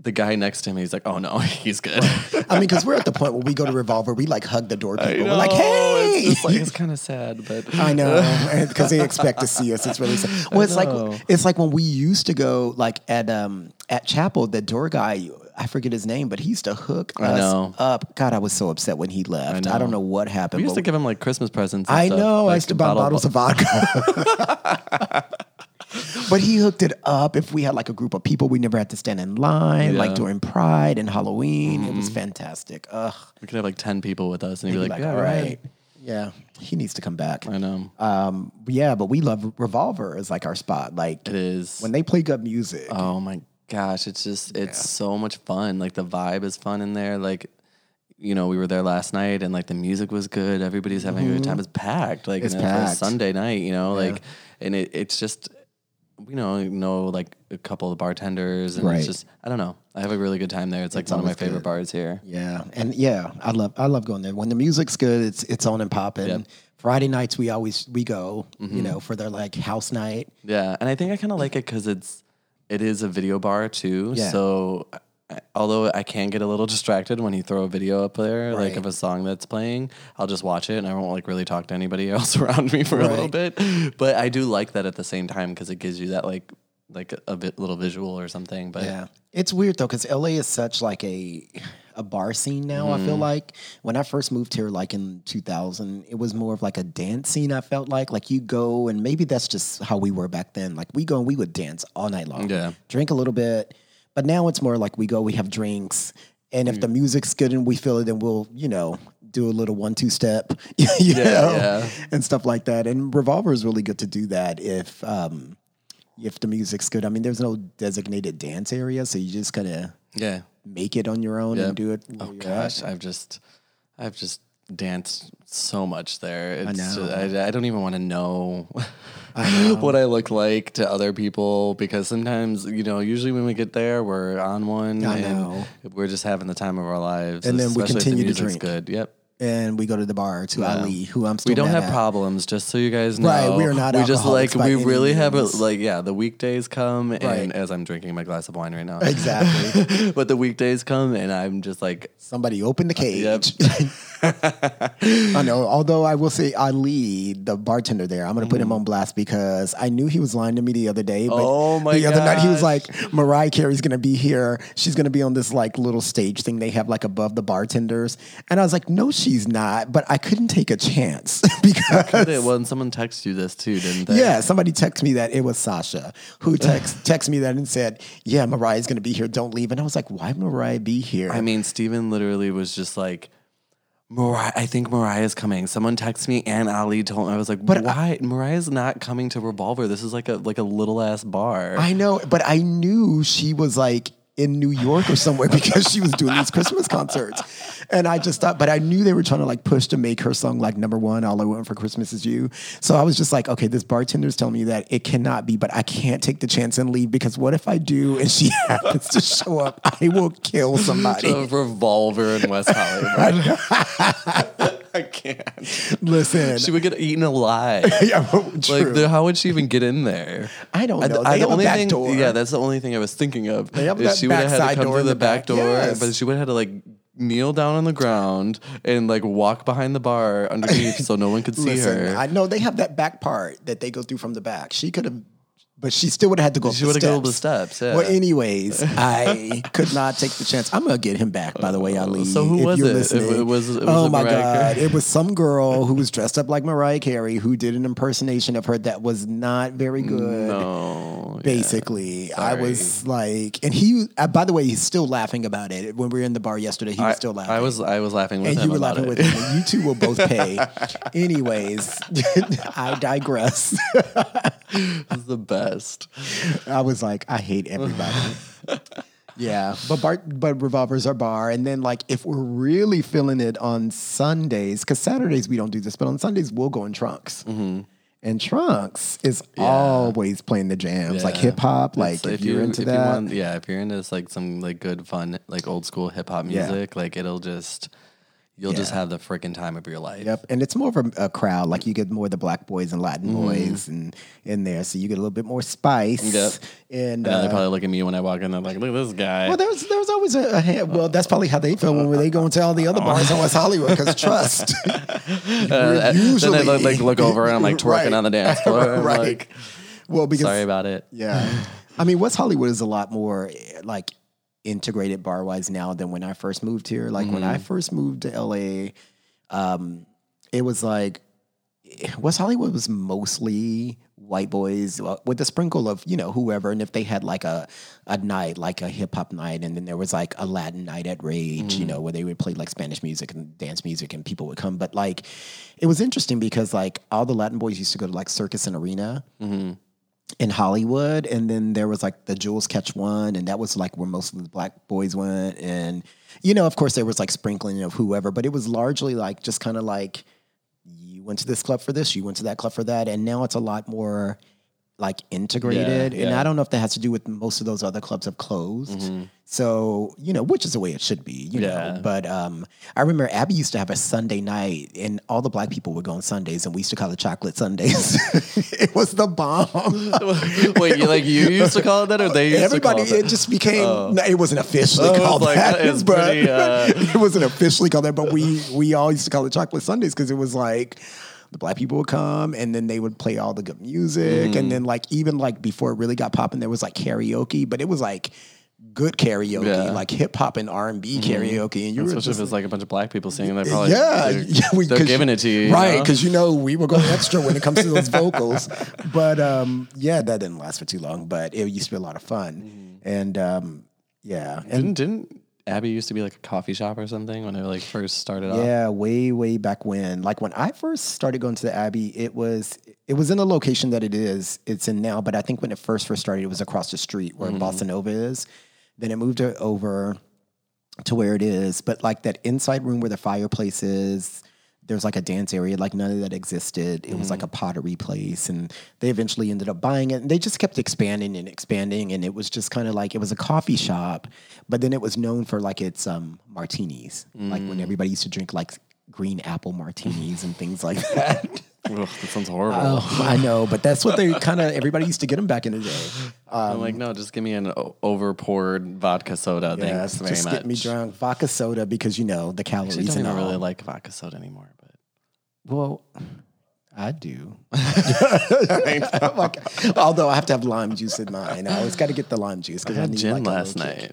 the guy next to him, he's like, Oh no, he's good.
I mean, because we're at the point where we go to Revolver, we like hug the door people.
You
We're like,
know,
hey.
it's, just like, it's kind of sad, but
I know because they expect to see us. It's really sad. Well, it's
know.
like it's like when we used to go like at um at chapel. The door guy, I forget his name, but he used to hook us
know.
up. God, I was so upset when he left. I, don't know what happened.
We used
but-
to give him like Christmas presents. and
I
stuff,
know.
like,
I used to buy
bottle-
bottles of vodka. But he hooked it up. If we had like a group of people, we never had to stand in line,
Yeah. Mm-hmm.
like during Pride and Halloween. It was fantastic. Ugh.
We could have like ten people with us, and he'd be
Be like,
like, "Yeah,
all
right."
right. Yeah. He needs to come back.
I know
Um, yeah, but we love Revolver as like our spot. Like
it is.
when they play good music,
oh my gosh, it's just it's so much fun. Like the vibe is fun in there. Like you know, we were there last night, and like the music was good. Everybody's having a good time. It's packed. Like
Mm-hmm. It's
and for a
packed.
Sunday night, you know, like and it, it's just. You know, you know, like a couple of bartenders, and
Right.
it's just I don't know. I have a really good time there. It's like one of my favorite bars here.
yeah, and yeah, I love I love going there. When the music's good, it's it's on and popping. Friday nights we always we go, you know, for their like house night.
Yeah, and I think I kind of like it because it's it is a video bar too.
Yeah.
So I, although I can get a little distracted when you throw a video up there, like
Right.
of a song that's playing, I'll just watch it and I won't like really talk to anybody else around me for a little
Right.
bit. But I do like that at the same time because it gives you that like like a bit little visual or something. But
Yeah, it's weird though because LA is such like a a bar scene now. I
Mm-hmm.
feel like when I first moved here, like in 2000, it was more of like a dance scene. I felt like like you go and maybe that's just how we were back then. Like we go and we would dance all night long.
Yeah.
drink a little bit, but now it's more like we go, we have drinks, and if the
Mm.
music's good and we feel it, then we'll you know do a little one two step, you know,
yeah.
Oh. and stuff like that. And Revolver is really good to do that if. um if the music's good. I mean, there's no designated dance area, so you just gotta
yeah,
make it on your own
Yeah.
and do it. where
Oh
you're at.
gosh, I've just, I've just danced so much there. It's I
know.
I, I don't even want to know, what I look like to other people because sometimes you know, usually when we get there, we're on one.
I
and
know.
We're just having the time of our lives,
And then we
especially if the
continue to
music's
drink.
Good. Yep.
and we go to the bar to Ali, who I'm still
We don't
mad
have
at.
problems, just so you guys know.
Right, we are not
We just
alcoholics
like
by
we
any
really have a,
means.
like yeah. The weekdays come,
Right.
and as I'm drinking my glass of wine right now,
Exactly.
but the weekdays come, and I'm just like,
Somebody open the cage.
yep.
I know. Although I will say Ali, the bartender there, I'm going to put him on blast because I knew he was lying to me the other day. But
Mm-hmm. Oh, my
The other night he was
gosh.
like, Mariah Carey's going to be here. She's going to be on this like little stage thing they have like above the bartenders. And I was like, no, she's not. But I couldn't take a chance because
well, and someone texted you this too, didn't they?
yeah, somebody texted me that it was Sasha who text texted me that and said, "Yeah, Mariah's going to be here. Don't leave." And I was like, "Why Mariah be here?"
I mean, Steven literally was just like, Mariah, I think Mariah's coming. Someone texted me and Ali told me. I was like, but why? Mariah's not coming to Revolver. This is like a like a little ass bar.
I know, but I knew she was like in New York or somewhere because she was doing these Christmas concerts. And I just thought, but I knew they were trying to like push to make her song like number one, All I Want for Christmas Is You. So I was just like, okay, this bartender's telling me that it cannot be, but I can't take the chance and leave because what if I do and she happens to show up? I will kill somebody.
a revolver in West Hollywood. I can't.
Listen.
She would get eaten alive.
yeah, true.
Like, the, how would she even get in there?
I don't know.
the
Oh, They have a
only
back
thing,
door.
Yeah, that's the only thing I was thinking of. They
have that
she would have had
backside
to come
door in
through
the
the back
back.
door,
Yes.
but she would have had to like kneel down on the ground and like walk behind the bar underneath so no one could see
Listen,
her.
I know they have that back part that they go through from the back. She could have, but she still would have had to go.
she
up
would
the
have
steps.
gone up the steps. Yeah.
Well, anyways, I could not take the chance. I'm gonna get him back. By the way, Ali.
Uh, So who
if
was
you're
it? It
listening.
wa- it was- it was
oh
a
my
Mariah
god!
Carey.
It was some girl who was dressed up like Mariah Carey who did an impersonation of her that was not very good.
no. yeah.
Basically, I was like, and he. Uh, by the way, he's still laughing about it. When we were in the bar yesterday, he was still laughing.
I was I was laughing with
and
him
you were
about
laughing with
it.
him. and You two will both pay. Anyways, I digress.
It was the best.
I was like, I hate everybody. yeah, but bar, but revolvers are bar, and then like if we're really feeling it on Sundays, because Saturdays we don't do this, but on Sundays we'll go in trunks.
Mm-hmm.
And trunks is always playing the jams, like
Yeah.
hip hop. Like if,
It's-
you're
you-
into
if you
that,
want- yeah, if you're into this, like some like good fun like old school hip hop
Yeah.
music, like it'll just you'll just
Yeah.
have the freaking time of your life.
Yep, and it's more of a, a crowd. Like you get more of the black boys and Latin
Mm-hmm.
boys and in there, so you get a little bit more spice.
Yep.
And
Yeah, they
uh,
probably look at me when I walk in. They're like, "Look at this guy."
well, there's there's always a, a hand. Well, that's probably how they feel when they go into all the other bars in West Hollywood. Because trust,
Uh,
usually
then they look, like look over and I'm like twerking
Right.
on the dance floor. I'm
right?
like,
well, because
Sorry about it.
yeah, I mean, West Hollywood is a lot more eh, like integrated bar wise now than when I first moved here. Like when I first moved to LA, um, it was like eh, West Hollywood was mostly white boys well, with a sprinkle of you know whoever and if they had like a a night like a hip hop night and then there was like a latin night at rage you know where they would play like spanish music and dance music and people would come but like it was interesting because like all the latin boys used to go to like circus and arena in Hollywood, and then there was like the Jules Catch one, and that was like where most of the black boys went, and you know, of course, there was like sprinkling of whoever, but it was largely like just kind of like you went to this club for this, you went to that club for that, and now it's a lot more like integrated,
Yeah,
and
yeah. Mm-hmm.
I don't know if that has to do with most of those other clubs have closed. So, you know, which is the way it should be, you
Yeah.
know. But um, I remember Abby used to have a Sunday night, and all the black people would go on Sundays, and we used to call it Chocolate Sundays. it was the bomb.
Wait, you like you used to call it that, or they used
Everybody,
to call it?
it just became. no, it wasn't officially
Oh, it's
called
like,
that,
it's
but
pretty, uh,
it wasn't officially called that. But we we all used to call it Chocolate Sundays because it was like the black people would come and then they would play all the good music,
Mm.
and then like even like before it really got popping, there was like karaoke, but it was like good karaoke,
Yeah. Mm-hmm.
like hip hop and R and B karaoke, and you were
Especially
just
if it's like a bunch of black people singing, they're probably
yeah,
they're,
yeah, we-
they're
'cause
giving it to you, you
right?
know?
Because you know we were going extra when it comes to those vocals, but um, yeah, that didn't last for too long. But it used to be a lot of fun,
Mm-hmm.
and um, yeah, and
Didn't didn't Abby used to be like a coffee shop or something when I like first started off?
yeah, way way back when, like when I first started going to the Abbey, it was it was in the location that it is it's in now. But I think when it first first started, it was across the street where Bossa Nova is. Then it moved it over to where it is, but like that inside room where the fireplace is, there's like a dance area, like none of that existed. It was like a
Mm-hmm.
pottery place, and they eventually ended up buying it. And they just kept expanding and expanding, and it was just kind of like it was a coffee
Mm.
shop, but then it was known for like its um, martinis, like when everybody used to drink like green apple martinis and things like that.
Ugh, that sounds horrible.
Oh, I know, but that's what they kind of everybody used to get them back in the day. um,
I'm like, no, just give me an o- over poured vodka soda. Thanks
Yes,
very
just
much.
get me drunk vodka soda because you know the
I
calories
actually don't
and
even
all.
really like vodka soda anymore. But
well, I do. Oh my God. Although I have to have lime juice in mine, I always got to get the lime juice
I
because I,
had
need
gin
like, a
last
little kick.
night.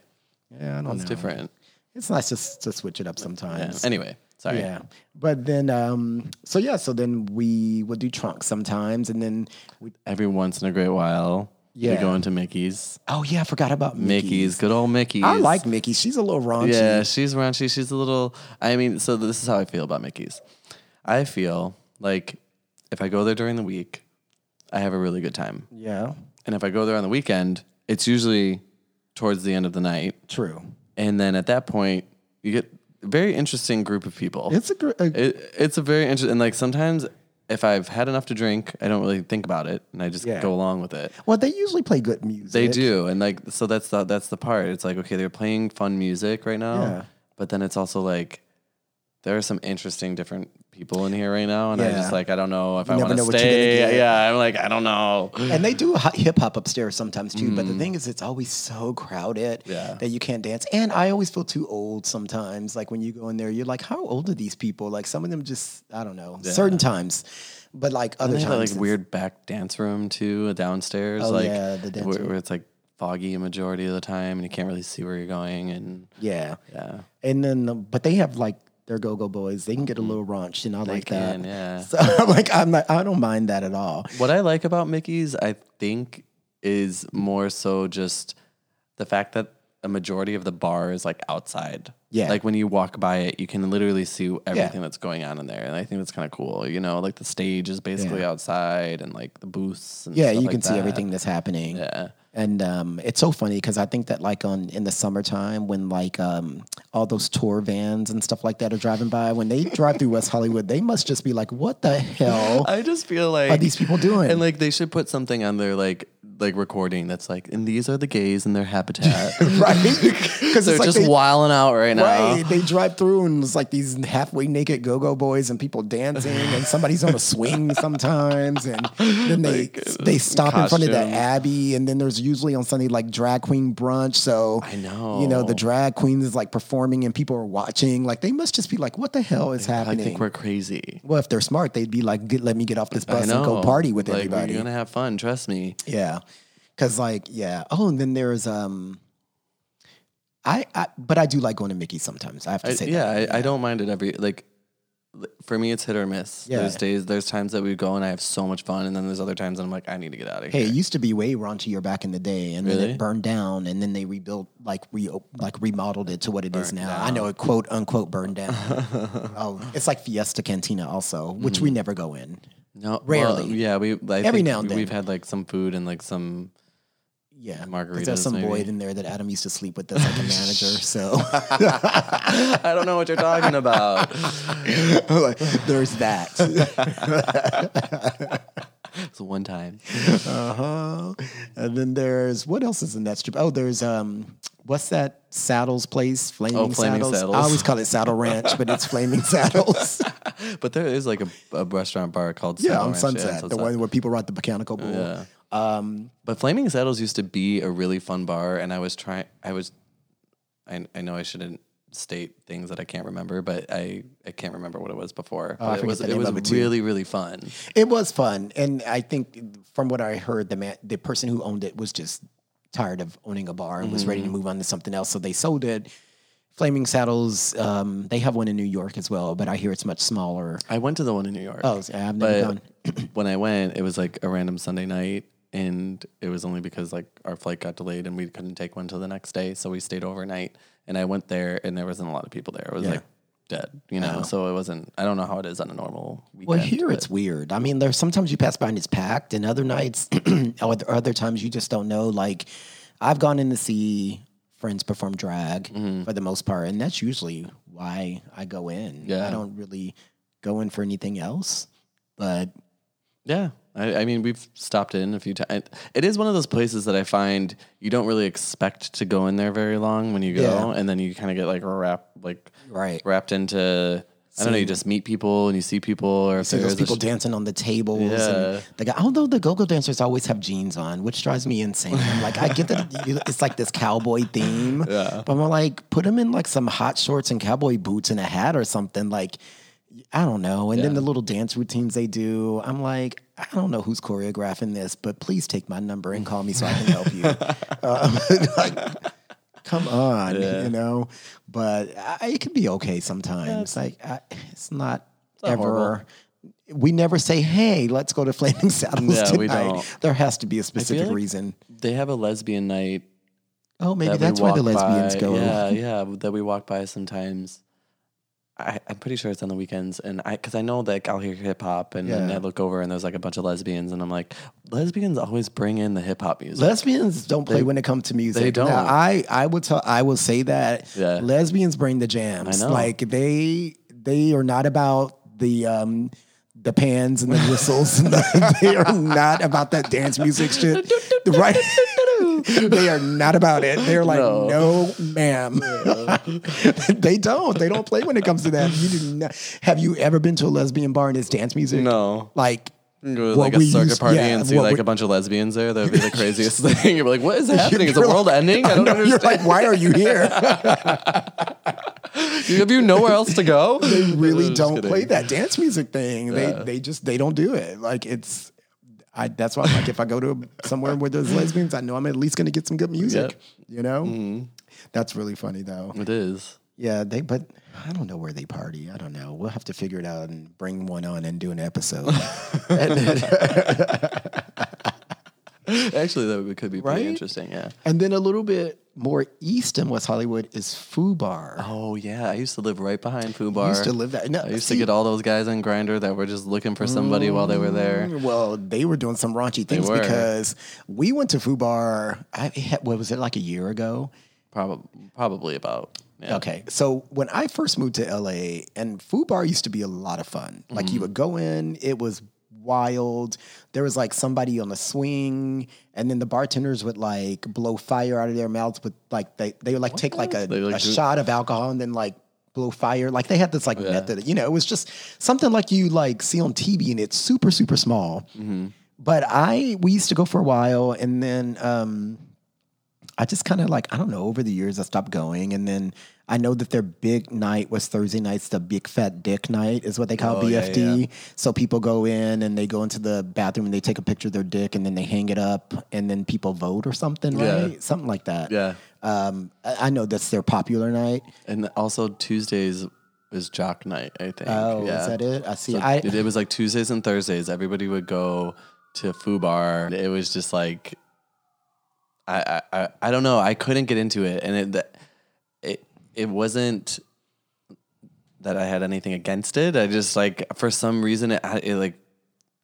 Yeah, I don't
It's
know.
different.
It's nice just to switch it up
Yeah.
sometimes.
Anyway, sorry.
Yeah. But then, um, so yeah, so then we would do trunks sometimes. And then, we,
Every once in a great while, we
Yeah.
go into Mickey's.
oh yeah, I forgot about
Mickey's, good old Mickey's.
I like Mickey. She's a little raunchy.
Yeah, she's raunchy. She's a little. I mean, so this is how I feel about Mickey's. I feel like if I go there during the week, I have a really good time,
Yeah.
and if I go there on the weekend, it's usually towards the end of the night,
True.
and then at that point, you get a very interesting group of people.
It's a, gr- a
It, it's a very interesting. And like sometimes, if I've had enough to drink, I don't really think about it, and I just
Yeah.
go along with it.
well, they usually play good music.
They do, and like so that's the that's the part. It's like okay, they're playing fun music right now,
Yeah.
but then it's also like there are some interesting different people in here right now, and I
Yeah.
just like I don't know if I
never
want to
know what you're gonna get.
stay. Yeah, I'm like I don't know.
And they do hi- hip hop upstairs sometimes too. But the thing is, it's always so crowded
Mm. Yeah.
that you can't dance. And I always feel too old sometimes. Like when you go in there, you're like, how old are these people? Like some of them just, I don't know, certain times. But like other
They have that,
times,
like
it's-
weird back dance room too downstairs,
Oh,
like
yeah, the dance
where,
room.
where it's like foggy a majority of the time, and you can't really see where you're going, and
Yeah.
yeah,
And then, um, but they have like their go go boys. They can get a little raunched, and I like
Mm. can,
that.
yeah.
So I'm like, I'm not, I don't mind that at all.
What I like about Mickey's, I think, is more so just the fact that a majority of the bar is like outside.
Yeah.
Like when you walk by it, you can literally see everything that's going on in there. And I think that's kind of cool. You know, like the stage is basically
Yeah.
outside and like the booths and
Yeah,
stuff
you
like
can see
that.
everything that's happening.
Yeah.
And um, it's so funny because I think that like on in the summertime when like um, all those tour vans and stuff like that are driving by, when they drive through West Hollywood, they must just be like, "What the hell?"
I just feel like
are these people doing?
And like they should put something on their like like recording that's like, and these are the gays in their habitat.
right? Because
They're
it's like
just
they,
wiling out right now.
right, they drive through and it's like these halfway naked go go boys and people dancing and somebody's on a swing sometimes and then they they stop in front of the
costumes.
Abbey and then there's usually on Sunday like drag queen brunch. So I
know.
you know the drag queens is like performing and people are watching. Like they must just be like, what the hell is
I
happening?
think we're crazy.
well, if they're smart, they'd be like, "Get- let me get off this bus and go party with
like,
everybody.
You're gonna have fun, trust me.
Yeah. Cause like, yeah. Oh, and then there's um I, I but I do like going to Mickey sometimes. I have to
I-
say
yeah,
that.
I, I don't mind it every like. li- For me, it's hit or miss.
Yeah.
There's days, there's times that we go and I have so much fun, and then there's other times that I'm like, I need to get out of
Hey,
here.
it used to be way raunchier back in the day, and then
Really?
it burned down, and then they rebuilt, like re like remodeled it to what it is now. I know it quote unquote burned down. oh, it's like Fiesta Cantina also, which
Mm-hmm.
we never go in.
No, well,
rarely.
yeah, we I
Every
think
now and then.
we've had like some food and like some.
Yeah, 'cause
Margaritas,
There's some
maybe.
boy in there that Adam used to sleep with that's like a manager. So
I don't know what you're talking about.
like, there's that.
it's one time.
Uh-huh. And then there's what else is in that strip? Oh, there's um what's that saddles place? Flaming,
Oh, Flaming
saddles.
Saddles.
I always call it Saddle Ranch, but it's Flaming Saddles.
But there is like a, a restaurant bar called
yeah,
Saddle
on
Ranch, yeah,
Sunset, the
Sunset.
one where people ride the mechanical bull.
Yeah.
Um,
But Flaming Saddles used to be a really fun bar, and I was trying. I was, I, I know I shouldn't state things that I can't remember, but I, I can't remember what it was before.
I
but it
forget
was
the
it
name
was
of it, too.
really really fun.
it was fun, and I think from what I heard, the man, the person who owned it was just tired of owning a bar and was ready to move on to something else, so they sold it. Flaming Saddles, um, they have one in New York as well, but I hear it's much smaller.
I went to the one in New York.
Oh, so I've never
but
gone.
when I went, it was like a random Sunday night, and it was only because like our flight got delayed and we couldn't take one till the next day, so we stayed overnight. And I went there, and there wasn't a lot of people there. It was like dead, you know. So it wasn't. I don't know how it is on a normal weekend.
Well, here it's weird. I mean, there's sometimes you pass by and it's packed, and other nights, or th- other times you just don't know. Like, I've gone in to see friends perform drag for the most part, and that's usually why I go in.
Yeah.
I don't really go in for anything else, but
Yeah. I, I mean, we've stopped in a few times. It is one of those places that I find you don't really expect to go in there very long when you go,
Yeah.
and then you kind of get like wrapped, like
right.
wrapped into I don't know. You just meet people and you see people, or if
So
there's
those
a
people
sh-
dancing on the tables.
Yeah.
And the guy, although the go-go dancers always have jeans on, which drives me insane. I'm like, I get that you- it's like this cowboy theme, but I'm like, put them in like some hot shorts and cowboy boots and a hat or something. Like, I don't know. And then the little dance routines they do, I'm like, I don't know who's choreographing this, but please take my number and call me so I can help you. um, like, come on, you know. But I, it can be okay sometimes. like I, it's not
not
ever.
horrible.
We never say, "Hey, let's go to Flaming Saddles
Yeah, we
tonight."
don't.
There has to be a specific
like
reason.
they have a lesbian night.
Oh, maybe
that
that's
we
where the
walk
lesbians
by.
go.
Yeah, yeah, that we walk by sometimes. I, I'm pretty sure it's on the weekends, and I because I know that I'll hear hip hop, and then
Yeah.
I look over and there's like a bunch of lesbians, and I'm like, lesbians always bring in the hip hop music.
Lesbians don't play when it comes to music.
they don't.
Now, I I will tell. I will say that
Yeah.
lesbians bring the jams.
I know.
Like they they are not about the um the pans and the whistles. and the, they are not about that dance music shit. right. they are not about it. They're like,
No.
no, ma'am. they don't. They don't play when it comes to that. You do not. Have you ever been to a lesbian bar and it's dance music?
no.
Like.
Go to
what
like a
we
circuit
used-
party
yeah,
and see
what
like
we-
a bunch of lesbians there. That would be the craziest thing. You're like, what is happening? Is the
You're like-
world ending? I don't
No, you're
understand.
like, why are you here?
Have you nowhere else to go?
they really
Just
don't
kidding.
play that dance music thing. They they just they don't do it. Like it's I that's why I'm like if I go to somewhere where there's lesbians, I know I'm at least gonna get some good music. You know?
Mm-hmm.
That's really funny though.
It is.
Yeah, they but I don't know where they party. I don't know. We'll have to figure it out and bring one on and do an episode. and, then,
Actually, that would- could be pretty
Right?
interesting. Yeah.
and then a little bit more east in West Hollywood is Foo Bar.
Oh yeah, I used to live right behind Foo Bar.
I used to live that. No,
I used
see,
to get all those guys on Grinder that were just looking for somebody while they were there.
Mm, Well, they were doing some raunchy things
were.
because we went to Fubar. I it had- what was it like a year ago?
Probably, probably about. Yeah.
Okay, so when I first moved to LA, and Fubar used to be a lot of fun. Like
Mm-hmm.
you would go in, it was wild. There was like somebody on a swing, and then the bartenders would like blow fire out of their mouths with like they they would like take like a,
They, like,
a
do-
shot of alcohol and then like blow fire. Like they had this
Oh,
like method. You know, it was just something like you like see on TV, and it's super super small.
Mm-hmm.
But I we used to go for a while, and then. um I just kind of like, I don't know, over the years I stopped going. And then I know that their big night was Thursday nights, the big fat dick night is what they call
Oh, yeah,
BFD. So people go in and they go into the bathroom and they take a picture of their dick and then they hang it up and then people vote or something,
Yeah.
right? Something like that.
Yeah.
Um, I I know that's their popular night.
And also Tuesdays is Jock Night. I think.
Oh,
yeah.
is that it? I see.
So
I,
it, it was like Tuesdays and Thursdays. Everybody would go to Foo Bar. It was just like, I, I, I, I don't know. I couldn't get into it, and it, that- it, it wasn't that I had anything against it. I just like for some reason it, I- it like,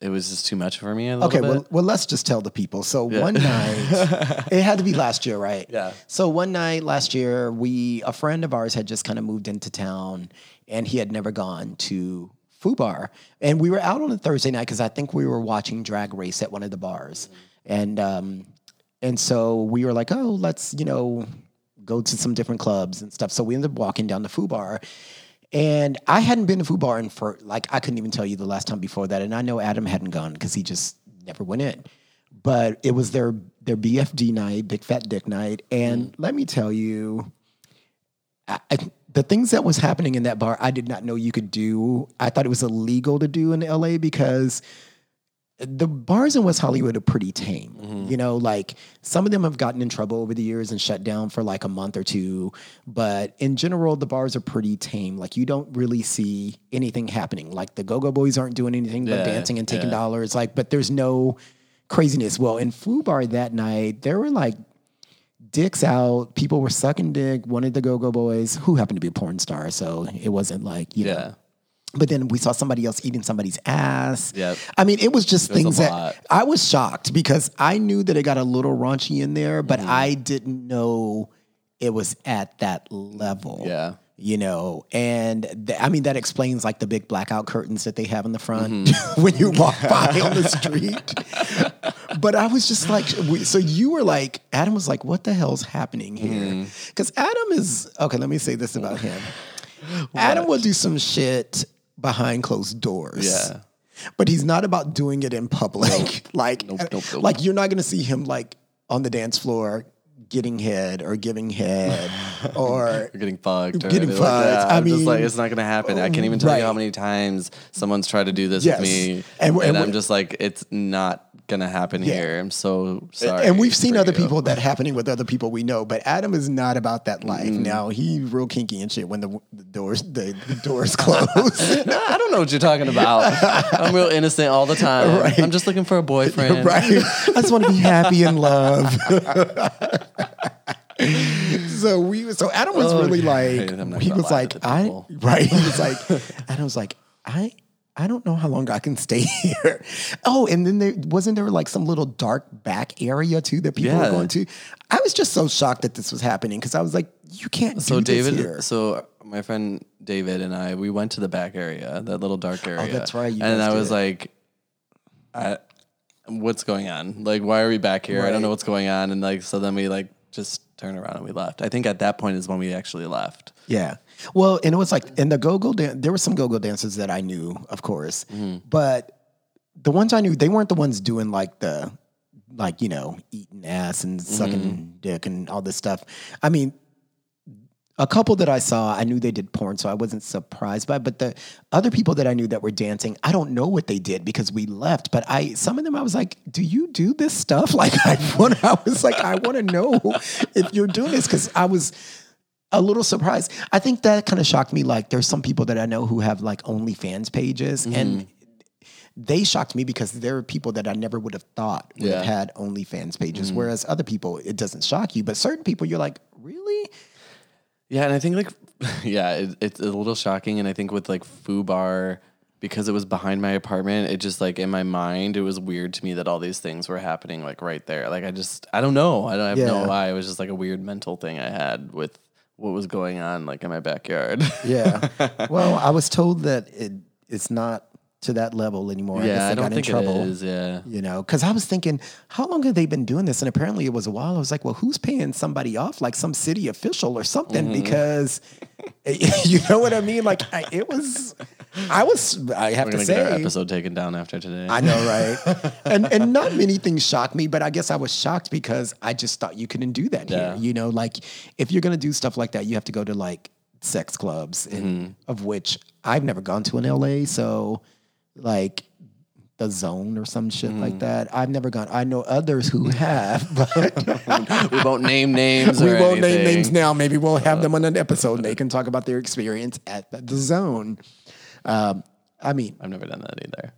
it was just too much for me. A little
Okay,
bit.
well, well, let's just tell the people. So one night, it had to be last year, right?
Yeah.
So one night last year, we a friend of ours had just kind of moved into town, and he had never gone to Foo Bar, and we were out on a Thursday night because I think we were watching Drag Race at one of the bars,
Mm.
and um, and so we were like, oh, let's you know go to some different clubs and stuff. So we ended up walking down to Foo Bar. And I hadn't been to Foo Bar in for like I couldn't even tell you the last time before that. And I know Adam hadn't gone because he just never went in. But it was their their BFD night, Big Fat Dick night. And let me tell you, I, I, the things that was happening in that bar, I did not know you could do. I thought it was illegal to do in LA because the bars in West Hollywood are pretty tame.
Mm-hmm.
You know, like some of them have gotten in trouble over the years and shut down for like a month or two. But in general, the bars are pretty tame. Like you don't really see anything happening. Like the Go Go Boys aren't doing anything but
Yeah,
dancing and taking
yeah.
dollars. Like, but there's no craziness. Well, in Foo Bar that night, there were like dicks out. People were sucking dick. One of the Go Go Boys, who happened to be a porn star, so it wasn't like you know
yeah.
but then we saw somebody else eating somebody's ass.
Yep.
I mean, it was just
was a
things
lot.
that I was shocked because I knew that it got a little raunchy in there,
Mm-hmm.
but I didn't know it was at that level.
Yeah.
You know, and th- I mean, that explains like the big blackout curtains that they have in the front
Mm-hmm.
when you walk by on the street. but I was just like, we- so you were like,
Mm-hmm.
Adam was like, what the hell's happening here? Because Adam is, okay, let me say this about him. Adam will do some shit behind closed doors.
Yeah.
But he's not about doing it in public. like,
Nope, nope, nope.
like you're not going to see him like on the dance floor getting head or giving head or
You're getting fucked. Or
Getting
anything like that.
fucked. I
I'm just like,
mean,
it's not going to happen. I can't even tell you how
right.
many times someone's tried to do this
Yes.
with me.
And
And,
we- and we-
I'm just like, it's not going to happen here. I'm so sorry.
and we've seen
for
other
you.
people that happening with other people we know, but Adam is not about that life.
Mm.
Now he real kinky and shit when the, the doors the, the doors close.
No, I don't know what you're talking about. I'm real innocent all the time.
Right.
I'm just looking for a boyfriend.
right? I just want to be happy in love. so we, so Adam was really
I'm not
like, he
gonna
was
lie to
like,
the
I,
people.
right? He was like, Adam was like, I, I don't know how long I can stay here. Oh, and then there wasn't there like some little dark back area too that people were
Yeah.
going to. I was just so shocked that this was happening because I was like, you can't.
So
do this
David,
here.
so my friend David and I, we went to the back area, that little dark area.
Oh, that's right, you
and
guys
I
did
was
it.
like, I, what's going on? Like, why are we back here? I
Right.
don't know what's going on. And like, so then we like just turned around and we left. I think at that point is when we actually left.
Yeah. Well, and it was like, and the go-go dance, there were some go-go dancers that I knew, of course, but the ones I knew, they weren't the ones doing like the, like, you know, eating ass and sucking dick and all this stuff. I mean, a couple that I saw, I knew they did porn, so I wasn't surprised by. it. But the other people that I knew that were dancing, I don't know what they did because we left. But I, some of them, I was like, "Do you do this stuff?" Like I want, I was like, I want to know if you're doing this because I was a little surprised. I think that kind of shocked me. Like, there's some people that I know who have like OnlyFans pages, and
Mm-hmm.
they shocked me because there are people that I never would have thought would have
Yeah. Mm-hmm.
had OnlyFans pages. Whereas other people, it doesn't shock you, but certain people, you're like, really?
Yeah, and I think like, yeah, it, it's a little shocking. And I think with like Foo Bar, because it was behind my apartment, it just like in my mind, it was weird to me that all these things were happening like right there. Like I just, I don't know, I don't I have
Yeah.
no why. It was just like a weird mental thing I had with what was going on like in my backyard.
Yeah. well, I was told that it, it's not to that level anymore.
yeah, I
guess they
don't
got
think
in trouble.
it is. Yeah,
You know, because I was thinking, how long have they been doing this? And apparently it was a while. I was like, well, who's paying somebody off, like some city official or something?
Mm-hmm.
Because you know what I mean? Like, I, it was, I was, I have
we're
to
gonna
say,
get our episode taken down after today.
I know, right? and and not many things shocked me, but I guess I was shocked because I just thought you couldn't do that
Yeah.
here. You know, like if you're gonna do stuff like that, you have to go to like sex clubs, and,
Mm-hmm.
of which I've never gone to in LA. So, like the Zone or some shit
Mm.
like that. I've never gone. I know others who have, but
we won't name names.
we
or
won't name
anything. Uh.
names now. Maybe we'll have them on an episode. and They can talk about their experience at the the Zone. Um, I mean,
I've never done that either.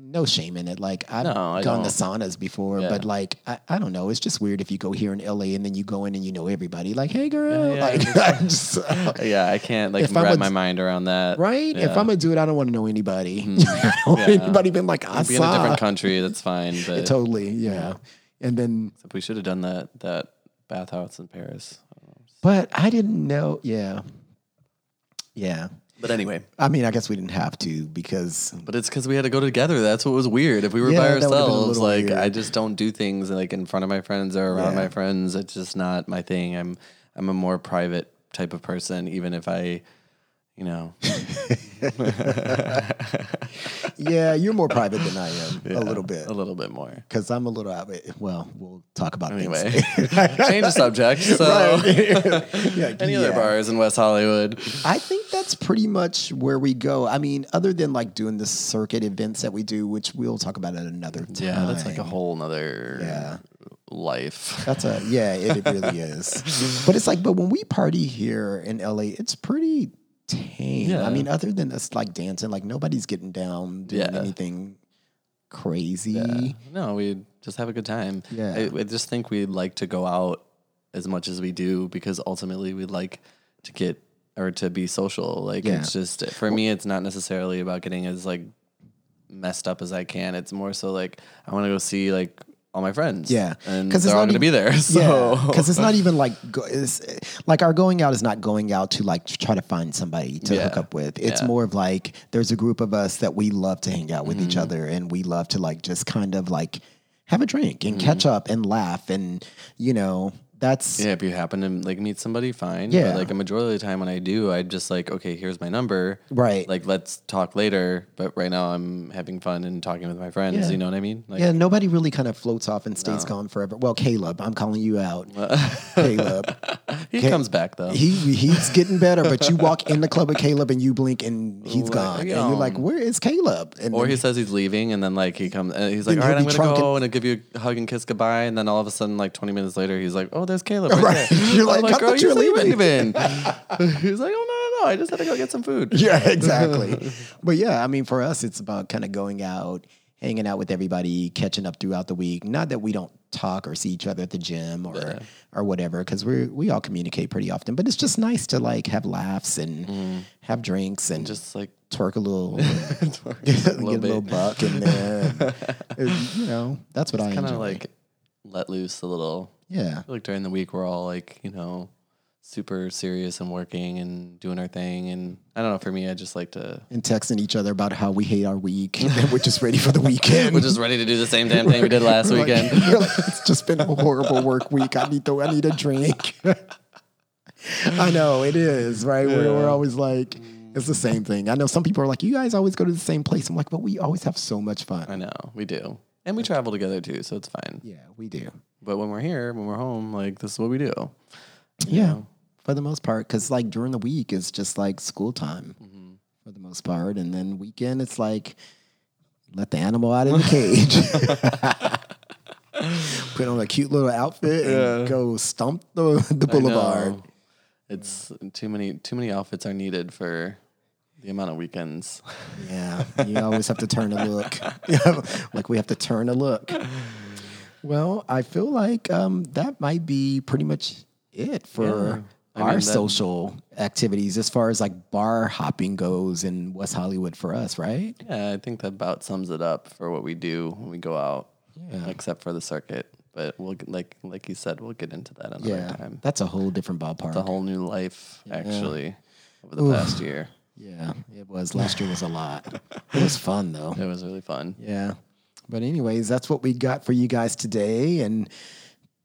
no shame in it. Like I've
No, I
gone to
don't.
saunas before,
Yeah.
but like I, I don't know. It's just weird if you go here in LA and then you go in and you know everybody. Like, hey girl,
yeah,
like I'm just,
Yeah, I can't like
If I
wrap
would-
my mind around that.
right?
Yeah. Hmm.
If I'm gonna do it, I don't want to know anybody. I don't want anybody been like I
be in a
saw
different country, that's fine. But
totally, yeah. And then,
We should have done that that bathhouse in Paris.
but I didn't know. Yeah, yeah.
But anyway,
I mean, I guess we didn't have to because
but it's because we had to go together. That's what was weird. If we were
Yeah,
by
that would've been a
ourselves,
little
like
weird.
I just don't do things like in front of my friends or around
Yeah.
my friends. It's just not my thing. I'm I'm a more private type of person. Even if I, you know,
yeah, you're more private than I am a little bit
a little bit more.
because I'm a little out. Well, we'll talk about
Anyway,
things.
change the subject. So,
yeah,
any other
yeah.
bars in West Hollywood?
I think that's pretty much where we go. I mean, other than like doing the circuit events that we do, which we'll talk about at another time.
Yeah, that's like a whole nother
Yeah.
life.
That's a yeah, it, it really is. But it's like, but when we party here in LA, it's pretty tame. I
Yeah.
mean, other than us like dancing, like nobody's getting down doing
Yeah.
anything crazy.
No, we just have a good time.
Yeah.
I, I just think we like to go out as much as we do because ultimately we like to get or to be social. Like
Yeah.
it's just for me, it's not necessarily about getting as like messed up as I can. It's more so like I want to go see like all my friends.
Yeah.
and
'Cause it's
they're all
not
going to
even-
be there. So
because it's not even like go, it's, like our going out is not going out to like try to find somebody to
Yeah.
hook up with. It's
Yeah.
more of like there's a group of us that we love to hang out with
Mm-hmm.
each other, and we love to like just kind of like have a drink and catch up and laugh and you know that's
Mm-hmm. Yeah, if you happen to like meet somebody, fine.
Yeah.
But, like a majority of the time when I do, I'm just like, okay, here's my number.
Right.
Like let's talk later. But right now I'm having fun and talking with my friends.
Yeah.
You know what I mean? Like
yeah. Nobody really kind of floats off and stays calm forever. Well, Caleb, I'm calling you out. Caleb,
he
Ca-
comes back though.
he he's getting better, but you walk in the club with Caleb and you blink and he's
Like,
gone, and you're like,
um,
where is Caleb? And
or
then-
he says he's leaving, and then like he comes, and he's like,
Then
"All right,
he'll
I'm
be
gonna
drunk
go," and I'll give you a hug and kiss goodbye, and then all of a sudden, like 20 minutes later, he's like, "Oh, there's Caleb." Right,
Right.
there."
You're
I'm
like, "I
"Girl,
thought
you
you were
said you were
leaving."
leaving. he's like, "Oh no, no, no, I just had to go get some food."
yeah, exactly. but yeah, I mean, for us, it's about kind of going out, hanging out with everybody, catching up throughout the week. Not that we don't talk or see each other at the gym or or whatever, because we we all communicate pretty often. But it's just nice to like have laughs and have drinks and Mm. just
Just like
twerk a little,
get
get a little buck in there. And, and, you know, that's what I
kind of
enjoy.
like let loose a little.
yeah,
I feel like during the week, we're all like, you know, super serious and working and doing our thing, and I don't know. For me, I just like to.
and texting each other about how we hate our week and then we're just ready for the weekend.
We're just ready to do the same damn thing we did last
Like,
weekend.
you're like, it's just been a horrible work week. I need to, I need a drink. I know it is right. We're, we're always like, it's the same thing. I know some people are like, you guys always go to the same place. I'm like, but we always have so much fun.
I know we do, and we travel together too, so it's fine.
Yeah, we do.
But when we're here, when we're home, like this is what we do.
Yeah, for the most part, because like during the week, it's just like school time
Mm-hmm.
for the most part, and then weekend, it's like let the animal out of the cage. Put on a cute little outfit and go stomp the, the
I know.
boulevard.
It's too many too many outfits are needed for the amount of weekends.
Yeah, you always have to turn a look. Yeah, like we have to turn a look. Well, I feel like um, that might be pretty much it for
I
our
mean, that-
social activities as far as like bar hopping goes in West Hollywood for us, right?
Yeah, I think that about sums it up for what we do when we go out.
Yeah.
Except for the circuit, but we'll get- like like you said, we'll get into that another
Yeah,
time.
that's a whole different ballpark.
It's a whole new life actually over the past year.
yeah, it was. Last year was a lot. it was fun though.
It was really fun.
Yeah. But, anyways, that's what we got for you guys today. And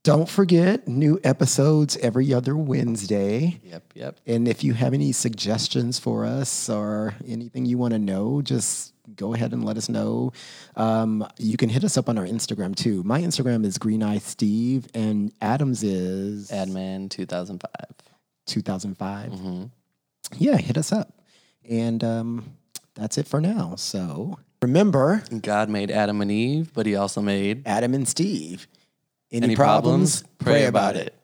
don't forget new episodes every other Wednesday.
Yep, yep.
And if you have any suggestions for us or anything you want to know, just go ahead and let us know. Um, you can hit us up on our Instagram too. My Instagram is Green Eye Steve, and Adams is
Admin 2005.
2005.
Mm-hmm.
Yeah, hit us up. And um, that's it for now. So remember,
God made Adam and Eve, but he also made
Adam and Steve. Any,
Any problems? Pray about it.